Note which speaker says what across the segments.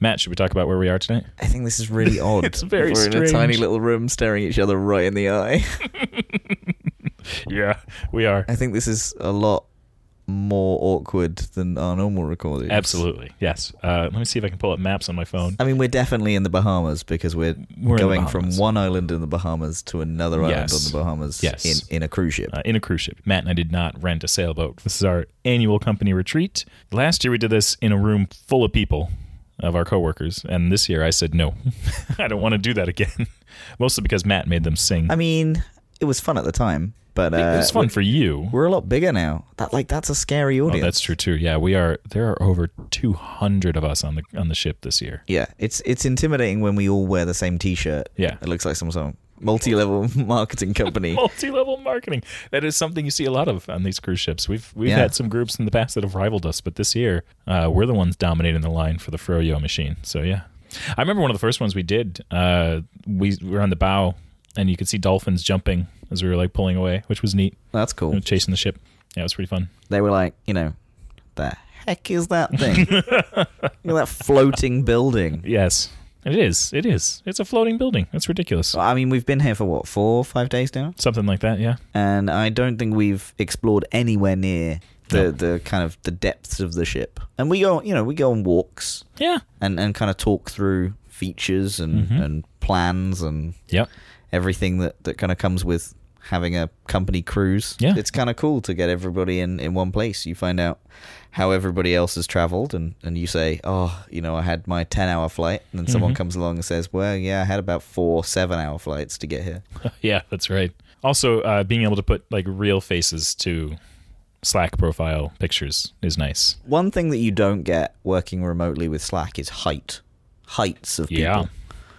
Speaker 1: Matt, should we talk about where we are tonight?
Speaker 2: I think this is really odd.
Speaker 1: It's very
Speaker 2: We're in a tiny
Speaker 1: strange.
Speaker 2: little room staring each other right in the eye.
Speaker 1: Yeah, we are.
Speaker 2: I think this is a lot more awkward than our normal recordings.
Speaker 1: Absolutely. Yes. Uh, let me see if I can pull up maps on my phone.
Speaker 2: I mean, we're definitely in the Bahamas because we're,
Speaker 1: We're in the
Speaker 2: going from
Speaker 1: Bahamas.
Speaker 2: one island in the Bahamas to another island
Speaker 1: Yes.
Speaker 2: on the Bahamas
Speaker 1: Yes.
Speaker 2: in, in a cruise ship.
Speaker 1: Uh, in a cruise ship. Matt and I did not rent a sailboat. This is our annual company retreat. Last year we did this in a room full of people of our coworkers, and this year I said no. I don't want to do that again. Mostly because Matt made them sing.
Speaker 2: I mean, it was fun at the time, but uh,
Speaker 1: it was fun for you.
Speaker 2: We're a lot bigger now. That like that's a scary
Speaker 1: Oh,
Speaker 2: audience.
Speaker 1: that's true too. Yeah, we are. There are over 200 of us on the on the ship this year.
Speaker 2: Yeah, it's it's intimidating when we all wear the same T-shirt.
Speaker 1: Yeah.
Speaker 2: it looks like some sort of multi-level marketing company.
Speaker 1: Multi-level marketing. That is something you see a lot of on these cruise ships. We've we've
Speaker 2: Yeah.
Speaker 1: had some groups in the past that have rivaled us, but this year uh, we're the ones dominating the line for the Froyo machine. So yeah, I remember one of the first ones we did. Uh, we were on the bow, and you could see dolphins jumping as we were like pulling away, which was neat.
Speaker 2: That's
Speaker 1: You know,
Speaker 2: cool.
Speaker 1: chasing the ship. Yeah, it was pretty fun.
Speaker 2: They were like, you know, the heck is that thing? Look at that floating building.
Speaker 1: Yes, it is. It is. It's a floating building. That's ridiculous.
Speaker 2: I mean, we've been here for what four, five days now,
Speaker 1: Something like that. Yeah.
Speaker 2: and I don't think we've explored anywhere near the
Speaker 1: No.
Speaker 2: the kind of the depths of the ship. And we go, you know, we go on walks
Speaker 1: Yeah.
Speaker 2: and and kind of talk through features and
Speaker 1: Mhm.
Speaker 2: and plans and
Speaker 1: Yep.
Speaker 2: everything that, that kind of comes with having a company cruise.
Speaker 1: Yeah.
Speaker 2: It's kind of cool to get everybody in, in one place. You find out how everybody else has traveled and, and you say, oh, you know, I had my 10 hour flight. And then someone
Speaker 1: Mhm.
Speaker 2: comes along and says, well, yeah, I had about four seven hour flights to get here.
Speaker 1: yeah, that's right. Also, uh, being able to put like real faces to Slack profile pictures is nice.
Speaker 2: One thing that you don't get working remotely with Slack is height. Heights of people.
Speaker 1: Yeah.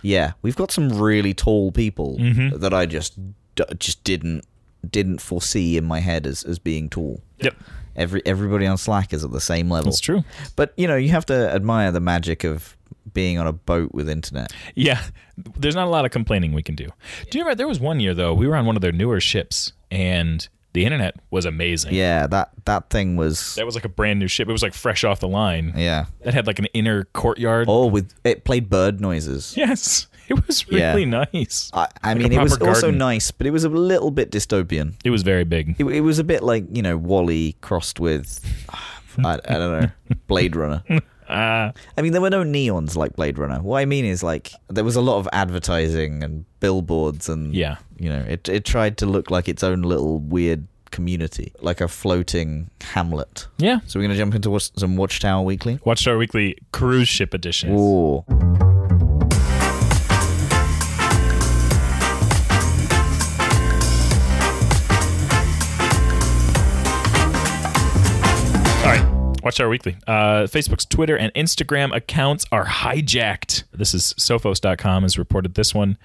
Speaker 2: Yeah, we've got some really tall people
Speaker 1: Mhm.
Speaker 2: that I just d- just didn't didn't foresee in my head as, as being tall.
Speaker 1: Yep,
Speaker 2: Every everybody on Slack is at the same level.
Speaker 1: that's true.
Speaker 2: But you know, you have to admire the magic of being on a boat with internet.
Speaker 1: Yeah, there's not a lot of complaining we can do. Do you remember there was one year though we were on one of their newer ships and the internet was amazing.
Speaker 2: Yeah, that that thing was
Speaker 1: that was like a brand new ship. It was like fresh off the line.
Speaker 2: yeah.
Speaker 1: That had like an inner courtyard.
Speaker 2: Oh, with it played bird noises.
Speaker 1: Yes, it was
Speaker 2: Yeah.
Speaker 1: really nice.
Speaker 2: I, I
Speaker 1: Like a
Speaker 2: mean, it was
Speaker 1: proper
Speaker 2: also
Speaker 1: garden.
Speaker 2: nice, but it was a little bit dystopian.
Speaker 1: It was very big.
Speaker 2: It, it was a bit like you know Wally crossed with I, I don't know Blade Runner.
Speaker 1: Uh,
Speaker 2: I mean, there were no neons like Blade Runner. What I mean is, like, there was a lot of advertising and billboards, and
Speaker 1: Yeah.
Speaker 2: you know, it it tried to look like its own little weird community, like a floating hamlet.
Speaker 1: yeah.
Speaker 2: So we're gonna jump into watch- some Watchtower Weekly.
Speaker 1: Watchtower Weekly cruise ship edition.
Speaker 2: Whoa.
Speaker 1: All right. Watch our weekly. Uh, Facebook's Twitter and Instagram accounts are hijacked. This is Sophos.com has reported this one.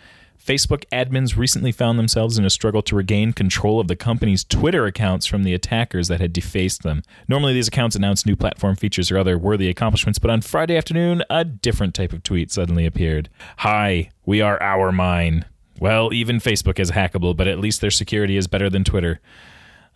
Speaker 1: Facebook admins recently found themselves in a struggle to regain control of the company's Twitter accounts from the attackers that had defaced them. Normally, these accounts announce new platform features or other worthy accomplishments, but on Friday afternoon, a different type of tweet suddenly appeared. Hi, we are our mine. Well, even Facebook is hackable, but at least their security is better than Twitter.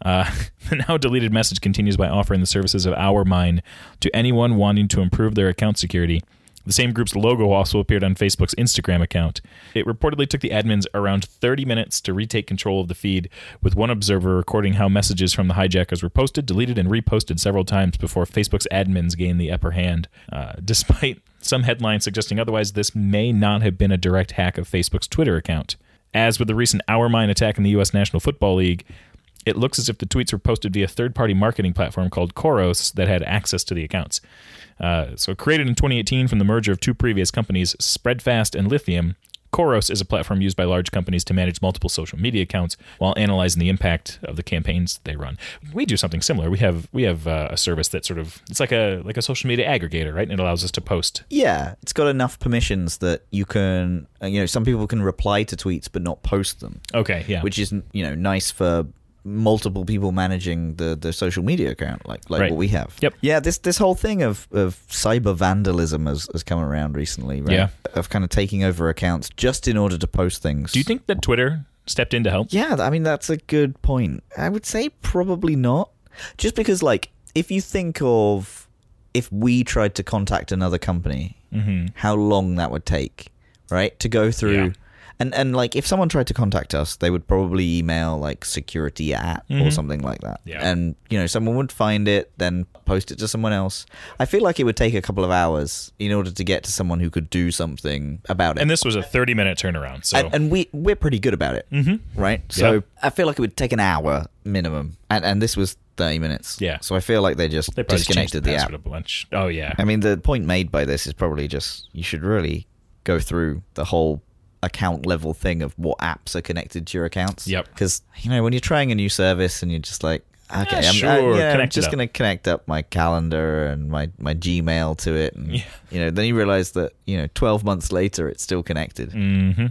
Speaker 1: Uh, the now deleted message continues by offering the services of Our Mine to anyone wanting to improve their account security. The same group's logo also appeared on Facebook's Instagram account. It reportedly took the admins around 30 minutes to retake control of the feed, with one observer recording how messages from the hijackers were posted, deleted, and reposted several times before Facebook's admins gained the upper hand. Uh, despite some headlines suggesting otherwise, this may not have been a direct hack of Facebook's Twitter account. As with the recent Our Mine attack in the U.S. National Football League, it looks as if the tweets were posted via a third party marketing platform called Koros that had access to the accounts. Uh, so, created in 2018 from the merger of two previous companies, Spreadfast and Lithium, Koros is a platform used by large companies to manage multiple social media accounts while analyzing the impact of the campaigns they run. We do something similar. We have we have uh, a service that sort of it's like a like a social media aggregator, right? And it allows us to post.
Speaker 2: Yeah, it's got enough permissions that you can, uh, you know, some people can reply to tweets but not post them,
Speaker 1: Okay, yeah,
Speaker 2: which is you know nice for multiple people managing the, the social media account like like
Speaker 1: Right.
Speaker 2: what we have.
Speaker 1: Yep.
Speaker 2: Yeah, this this whole thing of, of cyber vandalism has, has come around recently, right?
Speaker 1: Yeah.
Speaker 2: Of kind of taking over accounts just in order to post things.
Speaker 1: do you think that Twitter stepped in to help?
Speaker 2: Yeah, I mean that's a good point. I would say probably not. Just because like if you think of if we tried to contact another company
Speaker 1: Mm-hmm.
Speaker 2: how long that would take, right? To go through.
Speaker 1: Yeah.
Speaker 2: And, and like if someone tried to contact us, they would probably email like security at or
Speaker 1: Mhm.
Speaker 2: something like that.
Speaker 1: Yeah.
Speaker 2: And you know, someone would find it, then post it to someone else. I feel like it would take a couple of hours in order to get to someone who could do something about it.
Speaker 1: And this was a 30 minute turnaround. So
Speaker 2: and, and we we're pretty good about it, mm-hmm. right? So
Speaker 1: Yeah.
Speaker 2: I feel like it would take an hour minimum, and and this was thirty minutes.
Speaker 1: Yeah.
Speaker 2: So I feel like they just
Speaker 1: they probably just changed
Speaker 2: disconnected
Speaker 1: the
Speaker 2: the
Speaker 1: password
Speaker 2: app.
Speaker 1: a bunch. Oh, yeah.
Speaker 2: I mean, the point made by this is probably just you should really go through the whole account level thing of what apps are connected to your accounts.
Speaker 1: Yep.
Speaker 2: Because you know when you're trying a new service and you're just like, okay, I'm, I-
Speaker 1: sure,
Speaker 2: yeah, I'm
Speaker 1: connect it
Speaker 2: just
Speaker 1: up.
Speaker 2: gonna connect up my calendar and my my Gmail to it, and
Speaker 1: Yeah.
Speaker 2: you know then you realize that you know twelve months later it's still connected.
Speaker 1: hmm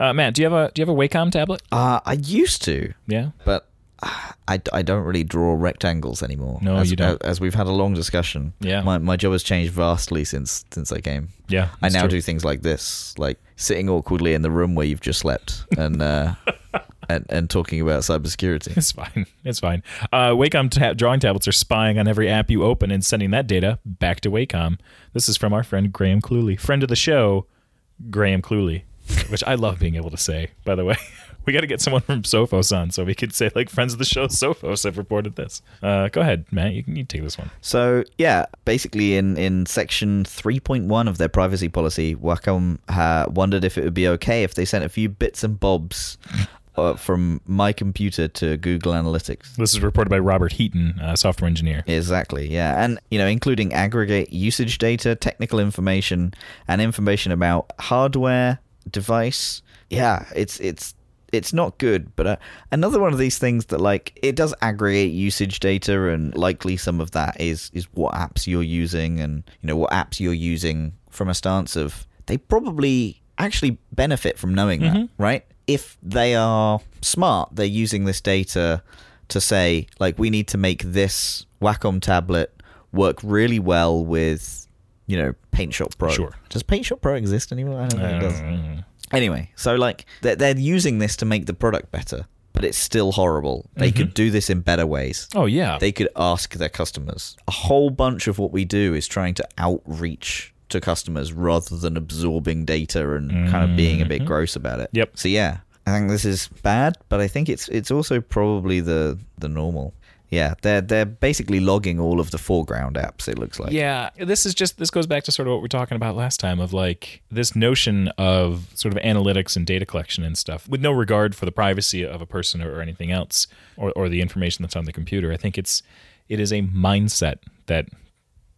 Speaker 1: Uh, Matt, do you have a do you have a Wacom tablet?
Speaker 2: Uh, I used to,
Speaker 1: Yeah.
Speaker 2: but ah, I, I don't really draw rectangles anymore.
Speaker 1: No,
Speaker 2: as,
Speaker 1: you don't.
Speaker 2: As we've had a long discussion,
Speaker 1: Yeah.
Speaker 2: my, my job has changed vastly since since I came.
Speaker 1: Yeah.
Speaker 2: I
Speaker 1: it's
Speaker 2: now
Speaker 1: true.
Speaker 2: do things like this, like sitting awkwardly in the room where you've just slept and uh, and and talking about cybersecurity.
Speaker 1: It's fine. It's fine. Uh, Wacom ta- drawing tablets are spying on every app you open and sending that data back to Wacom. This is from our friend Graham Cluley, friend of the show, Graham Cluley, which I love being able to say. By the way, we got to get someone from Sophos on so we could say like friends of the show Sophos have reported this. Uh, go ahead, Matt. You can you take this one.
Speaker 2: So yeah, basically in, in section three point one of their privacy policy, Wacom uh, wondered if it would be okay if they sent a few bits and bobs uh, from my computer to Google Analytics.
Speaker 1: This is reported by Robert Heaton, uh, software engineer.
Speaker 2: Exactly, yeah. And, you know, including aggregate usage data, technical information, and information about hardware, device. Yeah, it's, it's, it's not good, but uh, another one of these things that like it does aggregate usage data, and likely some of that is is what apps you're using, and you know what apps you're using from a stance of they probably actually benefit from knowing that, right? If they are smart, they're using this data to say, like, we need to make this Wacom tablet work really well with, you know, Paint Shop Pro.
Speaker 1: Sure.
Speaker 2: Does Paint Shop Pro exist anymore? I don't think it does.
Speaker 1: Uh,
Speaker 2: Anyway, so like they're, they're using this to make the product better, but it's still horrible. They could do this in better ways.
Speaker 1: oh yeah.
Speaker 2: They could ask their customers. A whole bunch of what we do is trying to outreach to customers rather than absorbing data and kind of being a bit gross about it.
Speaker 1: Mm-hmm. Yep.
Speaker 2: So yeah, I think this is bad, but I think it's it's also probably the the normal. Yeah, they're they're basically logging all of the foreground apps. It looks like.
Speaker 1: yeah this is just this goes back to sort of what we were talking about last time of like this notion of sort of analytics and data collection and stuff with no regard for the privacy of a person or, or anything else or, or the information that's on the computer i think it's it is a mindset that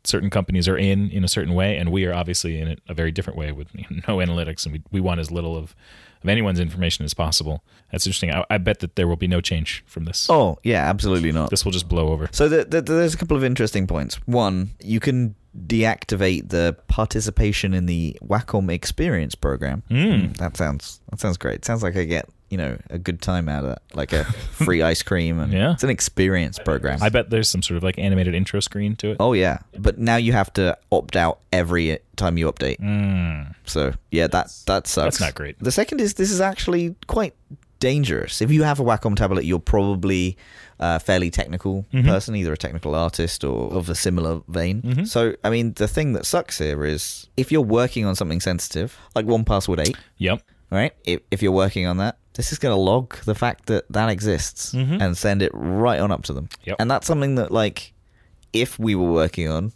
Speaker 1: certain companies are in in a certain way and we are obviously in it a very different way with you know, no analytics and we, we want as little of of anyone's information as possible that's interesting I, I bet that there will be no change from this
Speaker 2: Oh yeah, absolutely not.
Speaker 1: this will just blow over
Speaker 2: So the, the, there's a couple of interesting points. One, you can deactivate the participation in the Wacom Experience program.
Speaker 1: Hmm.
Speaker 2: Mm. That sounds that sounds great. Sounds like I get you know a good time out of that, like a free ice cream. And
Speaker 1: Yeah.
Speaker 2: it's an experience program.
Speaker 1: i bet there's some sort of like animated intro screen to it
Speaker 2: Oh yeah, but now you have to opt out every time you update.
Speaker 1: Hmm.
Speaker 2: So yeah, that that sucks.
Speaker 1: That's not great.
Speaker 2: The second is this is actually quite dangerous. If you have a Wacom tablet, you're probably a fairly technical
Speaker 1: Mm-hmm.
Speaker 2: person, either a technical artist or of a similar vein. So I mean, the thing that sucks here is if you're working on something sensitive, like One Password Eight,
Speaker 1: yep
Speaker 2: right? If, if you're working on that, this is going to log the fact that that exists and send it right on up to them.
Speaker 1: Mm-hmm. Yep.
Speaker 2: And that's something that, like, if we were working on,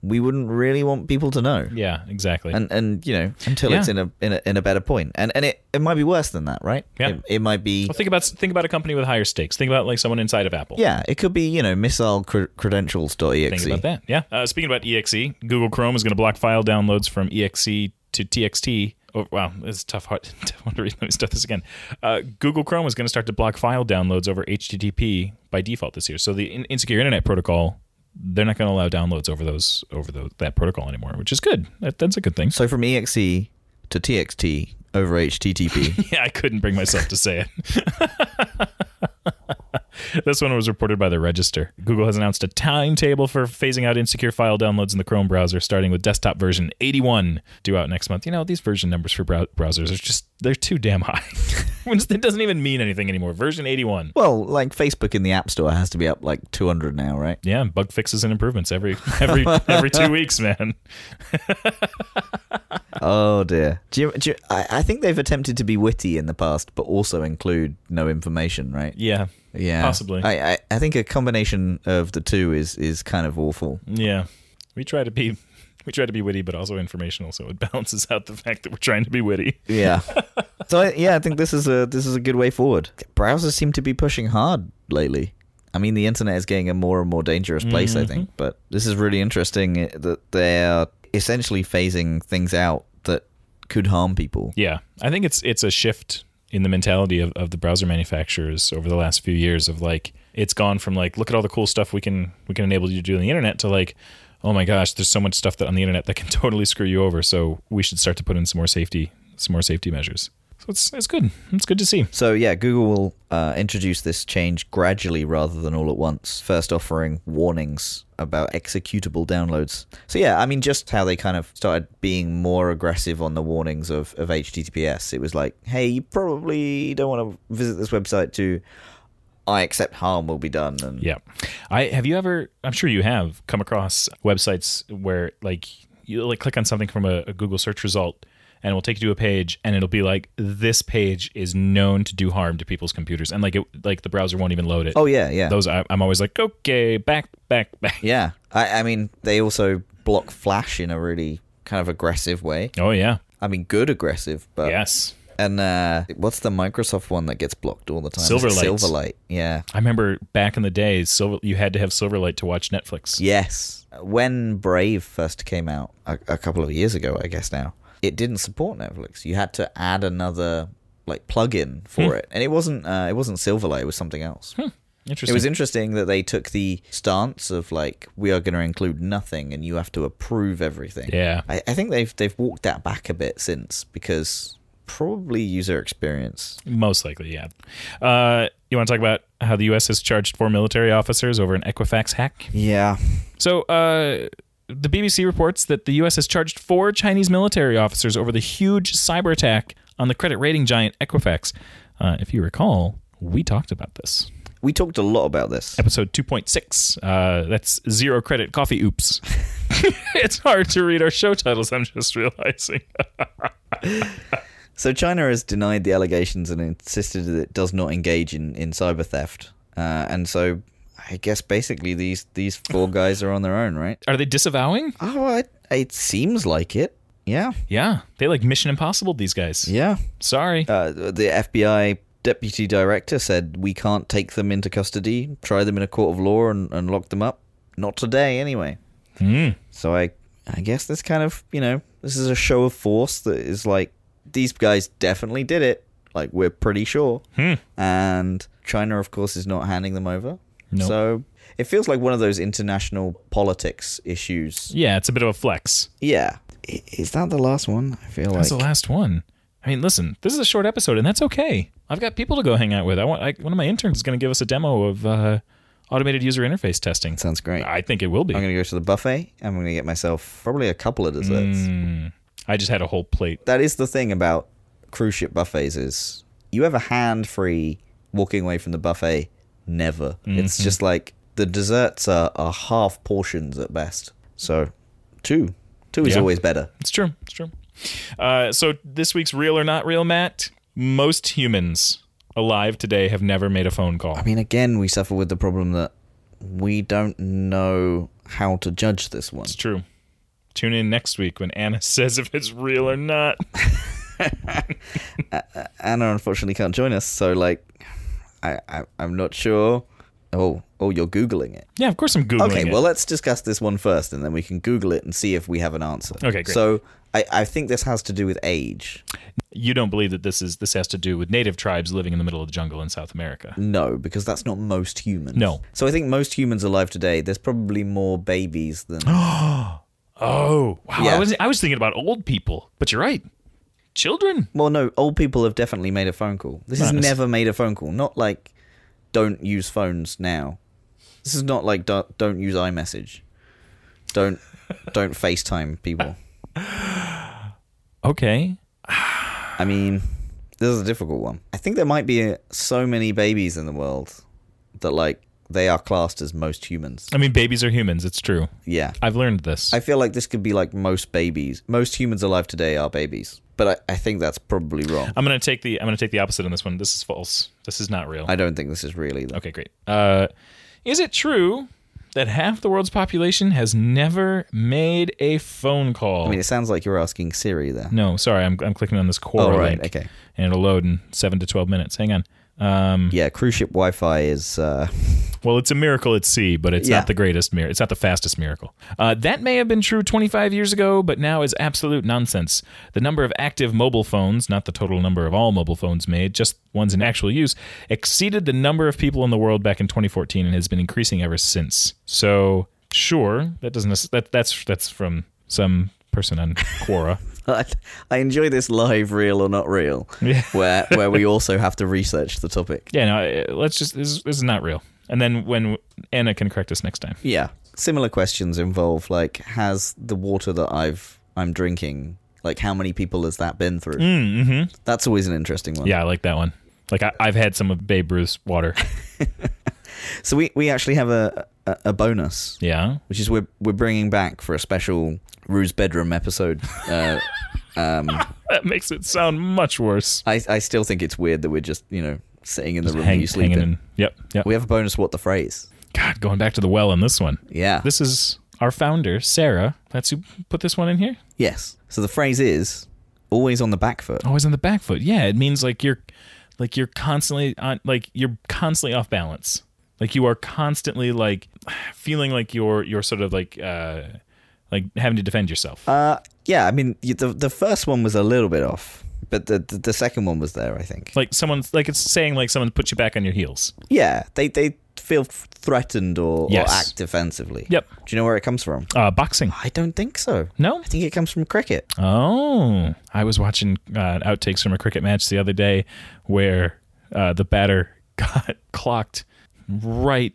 Speaker 2: we wouldn't really want people to know.
Speaker 1: Yeah, exactly.
Speaker 2: And and you know until it's
Speaker 1: Yeah.
Speaker 2: in a, in a in a better point. And and it, it might be worse than that, right?
Speaker 1: Yeah.
Speaker 2: It, it might be.
Speaker 1: well, think about think about a company with higher stakes. Think about like someone inside of Apple.
Speaker 2: yeah, it could be you know missile cr-
Speaker 1: Think
Speaker 2: credentials.exe.
Speaker 1: about that. Yeah. Uh, speaking about exe, Google Chrome is going to block file downloads from exe to txt. Oh, wow, it's tough. Hard, tough one to read. Let me start this again. Uh, Google Chrome is going to start to block file downloads over HTTP by default this year. So the in- insecure internet protocol, they're not going to allow downloads over those over those, that protocol anymore, which is good. That, that's a good thing.
Speaker 2: So from exe to txt over HTTP.
Speaker 1: Yeah, I couldn't bring myself to say it. This one was reported by the Register. Google has announced a timetable for phasing out insecure file downloads in the Chrome browser, starting with desktop version 81, due out next month. You know, these version numbers for brow- browsers are just, they're too damn high. it doesn't even mean anything anymore. Version 81.
Speaker 2: Well, like Facebook in the App Store has to be up like 200 now, right?
Speaker 1: Yeah, bug fixes and improvements every every every two weeks, man.
Speaker 2: Oh dear. Do you, do you, I, I think they've attempted to be witty in the past, but also include no information, right?
Speaker 1: Yeah,
Speaker 2: Yeah,
Speaker 1: Possibly.
Speaker 2: I, I, I think a combination of the two is is kind of awful.
Speaker 1: yeah. We try to be we try to be witty, but also informational, so it balances out the fact that we're trying to be witty.
Speaker 2: Yeah. so I, yeah, I think this is a this is a good way forward. Browsers seem to be pushing hard lately. I mean, the internet is getting a more and more dangerous place. I think, but this is really interesting uh, that they are essentially phasing things out that could harm people.
Speaker 1: Yeah, I think it's it's a shift in the mentality of, of the browser manufacturers over the last few years of like it's gone from like look at all the cool stuff we can we can enable you to do on the internet to like oh my gosh there's so much stuff that on the internet that can totally screw you over so we should start to put in some more safety some more safety measures so it's it's good it's good to see
Speaker 2: So yeah, Google will uh, introduce this change gradually rather than all at once. First, offering warnings about executable downloads. So yeah, I mean, just how they kind of started being more aggressive on the warnings of of HTTPS. It was like, hey, you probably don't want to visit this website to. I accept harm will be done, and
Speaker 1: Yeah. I have you ever I'm sure you have come across websites where like you like click on something from a, a Google search result and it will take you to a page and it'll be like this page is known to do harm to people's computers and like it like the browser won't even load it.
Speaker 2: oh yeah, yeah,
Speaker 1: Those I, I'm always like okay, back back back.
Speaker 2: yeah. I, I mean, they also block Flash in a really kind of aggressive way.
Speaker 1: Oh yeah.
Speaker 2: I mean, good aggressive, but
Speaker 1: Yes.
Speaker 2: And uh, what's the Microsoft one that gets blocked all the time?
Speaker 1: Silverlight.
Speaker 2: Is it Silverlight. Yeah.
Speaker 1: I remember back in the day silver you had to have Silverlight to watch Netflix.
Speaker 2: Yes. When Brave first came out a, a couple of years ago, I guess now, it didn't support Netflix. You had to add another like plugin for it, and it wasn't uh, it wasn't Silverlight. It was something else. It
Speaker 1: Hmm. Interesting.
Speaker 2: was interesting that they took the stance of like we are going to include nothing, and you have to approve everything.
Speaker 1: yeah.
Speaker 2: I, I think they've they've walked that back a bit since because probably user experience.
Speaker 1: Most likely, yeah. Uh, you want to talk about how the U.S. has charged four military officers over an Equifax hack?
Speaker 2: Yeah.
Speaker 1: So, uh, the BBC reports that the U.S. has charged four Chinese military officers over the huge cyber attack on the credit rating giant Equifax. Uh, if you recall, we talked about this.
Speaker 2: We talked a lot about this.
Speaker 1: Episode 2.6. Uh, that's zero credit coffee oops. it's hard to read our show titles, I'm just realizing.
Speaker 2: So China has denied the allegations and insisted that it does not engage in, in cyber theft. Uh, and so I guess basically these, these four guys are on their own, right?
Speaker 1: Are they disavowing?
Speaker 2: Oh, I, it seems like it. Yeah.
Speaker 1: Yeah. They like Mission Impossible, these guys.
Speaker 2: Yeah.
Speaker 1: Sorry.
Speaker 2: Uh, the FBI deputy director said we can't take them into custody, try them in a court of law and, and lock them up. Not today, anyway.
Speaker 1: Hmm.
Speaker 2: So I I guess this kind of you know this is a show of force that is like these guys definitely did it. Like we're pretty sure.
Speaker 1: Hmm.
Speaker 2: And China, of course, is not handing them over.
Speaker 1: No.
Speaker 2: So it feels like one of those international politics issues.
Speaker 1: Yeah, it's a bit of a flex.
Speaker 2: Yeah. I- Is that the last one? I feel like
Speaker 1: That's the last one. I mean, listen, this is a short episode, and that's okay. I've got people to go hang out with. I want I, one of my interns is going to give us a demo of uh, automated user interface testing.
Speaker 2: sounds great.
Speaker 1: I think it will be.
Speaker 2: I'm gonna go to the buffet. and I'm gonna get myself probably a couple of desserts.
Speaker 1: I just had a whole plate.
Speaker 2: That is the thing about cruise ship buffets is you have a hand free walking away from the buffet. Never. It's just like the desserts are, are half portions at best. So two, two is
Speaker 1: Yeah.
Speaker 2: always better.
Speaker 1: It's true. It's true. Uh, so this week's real or not real, Matt. Most humans alive today have never made a phone call.
Speaker 2: I mean, again, we suffer with the problem that we don't know how to judge this one.
Speaker 1: It's true. Tune in next week when Anna says if it's real or not.
Speaker 2: Anna unfortunately can't join us, so like, I, I I'm not sure. Oh, oh, you're googling it.
Speaker 1: Yeah, of course I'm googling
Speaker 2: Okay,
Speaker 1: it.
Speaker 2: well, let's discuss this one first, and then we can Google it and see if we have an answer.
Speaker 1: Okay, great.
Speaker 2: So I, I think this has to do with age.
Speaker 1: you don't believe that this is this has to do with native tribes living in the middle of the jungle in South America.
Speaker 2: No, because that's not most humans.
Speaker 1: No.
Speaker 2: So I think most humans alive today, there's probably more babies than.
Speaker 1: Oh, wow. I
Speaker 2: Yeah.
Speaker 1: was I was thinking about old people, but you're right. Children.
Speaker 2: well, no, old people have definitely made a phone call. This has
Speaker 1: Nice.
Speaker 2: never made a phone call. Not like don't use phones now. This is not like do- don't use iMessage. Don't don't FaceTime people.
Speaker 1: Okay.
Speaker 2: I mean, this is a difficult one. I think there might be uh, so many babies in the world that like they are classed as most humans.
Speaker 1: I mean, babies are humans. It's true.
Speaker 2: Yeah.
Speaker 1: I've learned this.
Speaker 2: I feel like this could be like most babies. Most humans alive today are babies. But I, I think that's probably wrong.
Speaker 1: I'm gonna take the I'm gonna take the opposite on this one. This is false. This is not real.
Speaker 2: I don't think this is real either.
Speaker 1: okay, great. Uh, is it true that half the world's population has never made a phone call?
Speaker 2: I mean, it sounds like you're asking Siri there.
Speaker 1: no, sorry, I'm I'm clicking on this core
Speaker 2: Oh, right,
Speaker 1: link,
Speaker 2: okay.
Speaker 1: and it'll load in seven to twelve minutes. Hang on. Um,
Speaker 2: Yeah, cruise ship Wi Fi is. Uh,
Speaker 1: well, it's a miracle at sea, but it's
Speaker 2: Yeah.
Speaker 1: not the greatest miracle. It's not the fastest miracle. Uh, that may have been true 25 years ago, but now is absolute nonsense. The number of active mobile phones, not the total number of all mobile phones made, just ones in actual use, exceeded the number of people in the world back in 2014 and has been increasing ever since. So, sure, that doesn't nec- that that's that's from some person on Quora.
Speaker 2: I, I enjoy this live, real or not real,
Speaker 1: Yeah.
Speaker 2: where where we also have to research the topic.
Speaker 1: yeah, no, uh, let's just this, is- this is not real. And then when Anna can correct us next time.
Speaker 2: Yeah, similar questions involve like, has the water that I've I'm drinking, like, how many people has that been through?
Speaker 1: Mm-hmm.
Speaker 2: That's always an interesting one.
Speaker 1: Yeah, I like that one. Like I, I've had some of Babe Ruth's water.
Speaker 2: So we we actually have a a, a bonus,
Speaker 1: Yeah.
Speaker 2: which is we're we're bringing back for a special Rue's bedroom episode. Uh, um,
Speaker 1: That makes it sound much worse.
Speaker 2: I I still think it's weird that we're just you know sitting in the room
Speaker 1: Hang,
Speaker 2: you sleep
Speaker 1: hanging
Speaker 2: in.
Speaker 1: in. Yep. Yep.
Speaker 2: We have a bonus. What the phrase?
Speaker 1: God, going back to the well on this one.
Speaker 2: Yeah.
Speaker 1: This is our founder, Sarah. That's who put this one in here?
Speaker 2: Yes. So the phrase is always on the back foot.
Speaker 1: Always on Oh, the back foot. Yeah. It means like you're like you're constantly on like you're constantly off balance. Like you are constantly like feeling like you're you're sort of like uh like having to defend yourself.
Speaker 2: Uh, yeah, I mean you- the the first one was a little bit off, but the the, the second one was there, I think.
Speaker 1: like someone's like it's saying like someone put you back on your heels.
Speaker 2: Yeah, they they feel f- threatened or,
Speaker 1: Yes.
Speaker 2: or act defensively.
Speaker 1: Yep.
Speaker 2: Do you know where it comes from?
Speaker 1: Uh boxing.
Speaker 2: I don't think so.
Speaker 1: No?
Speaker 2: I think it comes from cricket.
Speaker 1: Oh, I was watching uh, outtakes from a cricket match the other day where uh, the batter got clocked right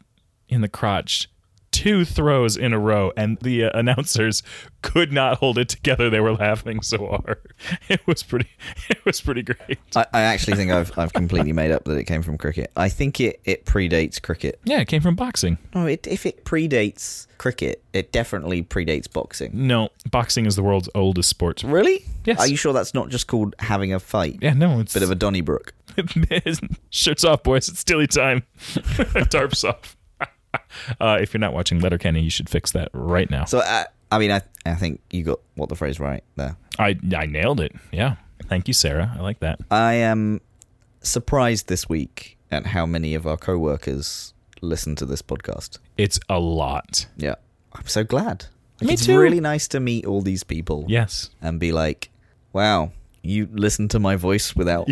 Speaker 1: in the crotch, two throws in a row, and the uh, announcers could not hold it together. They were laughing so hard. It was pretty. It was pretty great.
Speaker 2: I, I actually think I've I've completely made up that it came from cricket. I think it, it predates cricket.
Speaker 1: Yeah, it came from boxing.
Speaker 2: No, it, if it predates cricket, it definitely predates boxing.
Speaker 1: No, boxing is the world's oldest sport.
Speaker 2: Really?
Speaker 1: Yes.
Speaker 2: Are you sure that's not just called having a fight?
Speaker 1: Yeah, no, it's
Speaker 2: Bit of a Donnybrook.
Speaker 1: shirts off, boys. It's dilly time. Tarps off. uh, if you're not watching Letterkenny, you should fix that right now.
Speaker 2: So I, I mean, I, I think you got what the phrase right there.
Speaker 1: I I nailed it. Yeah. Thank you, Sarah. I like that.
Speaker 2: I am surprised this week at how many of our co-workers listen to this podcast.
Speaker 1: It's a lot.
Speaker 2: Yeah, I'm so glad.
Speaker 1: Me
Speaker 2: it's
Speaker 1: too.
Speaker 2: really nice to meet all these people
Speaker 1: Yes.
Speaker 2: and be like, "Wow, you listen to my voice without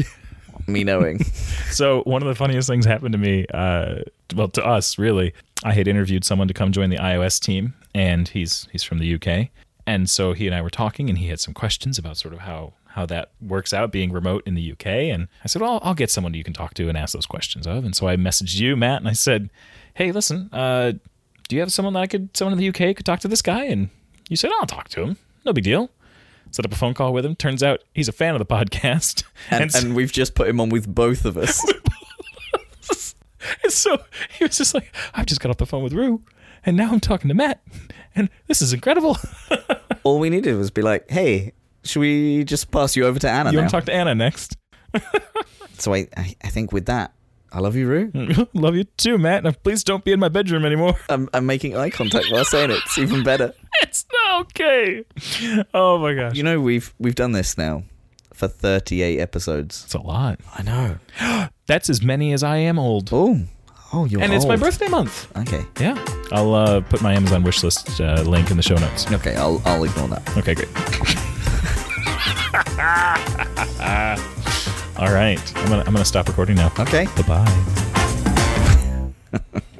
Speaker 2: me knowing."
Speaker 1: So one of the funniest things happened to me, uh, well, to us really. I had interviewed someone to come join the iOS team, and he's he's from the UK, and so he and I were talking, and he had some questions about sort of how how that works out being remote in the UK, and I said, well, I'll get someone you can talk to and ask those questions of, and so I messaged you, Matt, and I said, hey, listen, uh, do you have someone that I could someone in the UK could talk to this guy, and you said I'll talk to him, no big deal. Set up a phone call with him. Turns out he's a fan of the podcast,
Speaker 2: And,
Speaker 1: so-
Speaker 2: and we've just put him on with both of us.
Speaker 1: And so he was just like, I've just got off the phone with Rue, and now I'm talking to Matt, and this is incredible.
Speaker 2: all we needed was be like, "Hey, should we just pass you over to Anna
Speaker 1: You
Speaker 2: now?"
Speaker 1: want to talk to Anna next?
Speaker 2: so I, I, I think with that, I love you, Rue.
Speaker 1: Love you too, Matt. And please don't be in my bedroom anymore.
Speaker 2: I'm, I'm making eye contact while saying it. It's even better.
Speaker 1: It's not okay. Oh my gosh.
Speaker 2: You know, we've we've done this now for 38 episodes.
Speaker 1: It's a lot.
Speaker 2: I know.
Speaker 1: That's as many as I am old.
Speaker 2: Oh, oh, you're
Speaker 1: and it's my
Speaker 2: old.
Speaker 1: birthday month.
Speaker 2: Okay,
Speaker 1: Yeah. I'll uh, put my Amazon wish list uh, link in the show notes.
Speaker 2: okay, I'll I'll ignore that.
Speaker 1: Okay, great. All right. I'm going to I'm going to stop recording now.
Speaker 2: Okay.
Speaker 1: Bye-bye.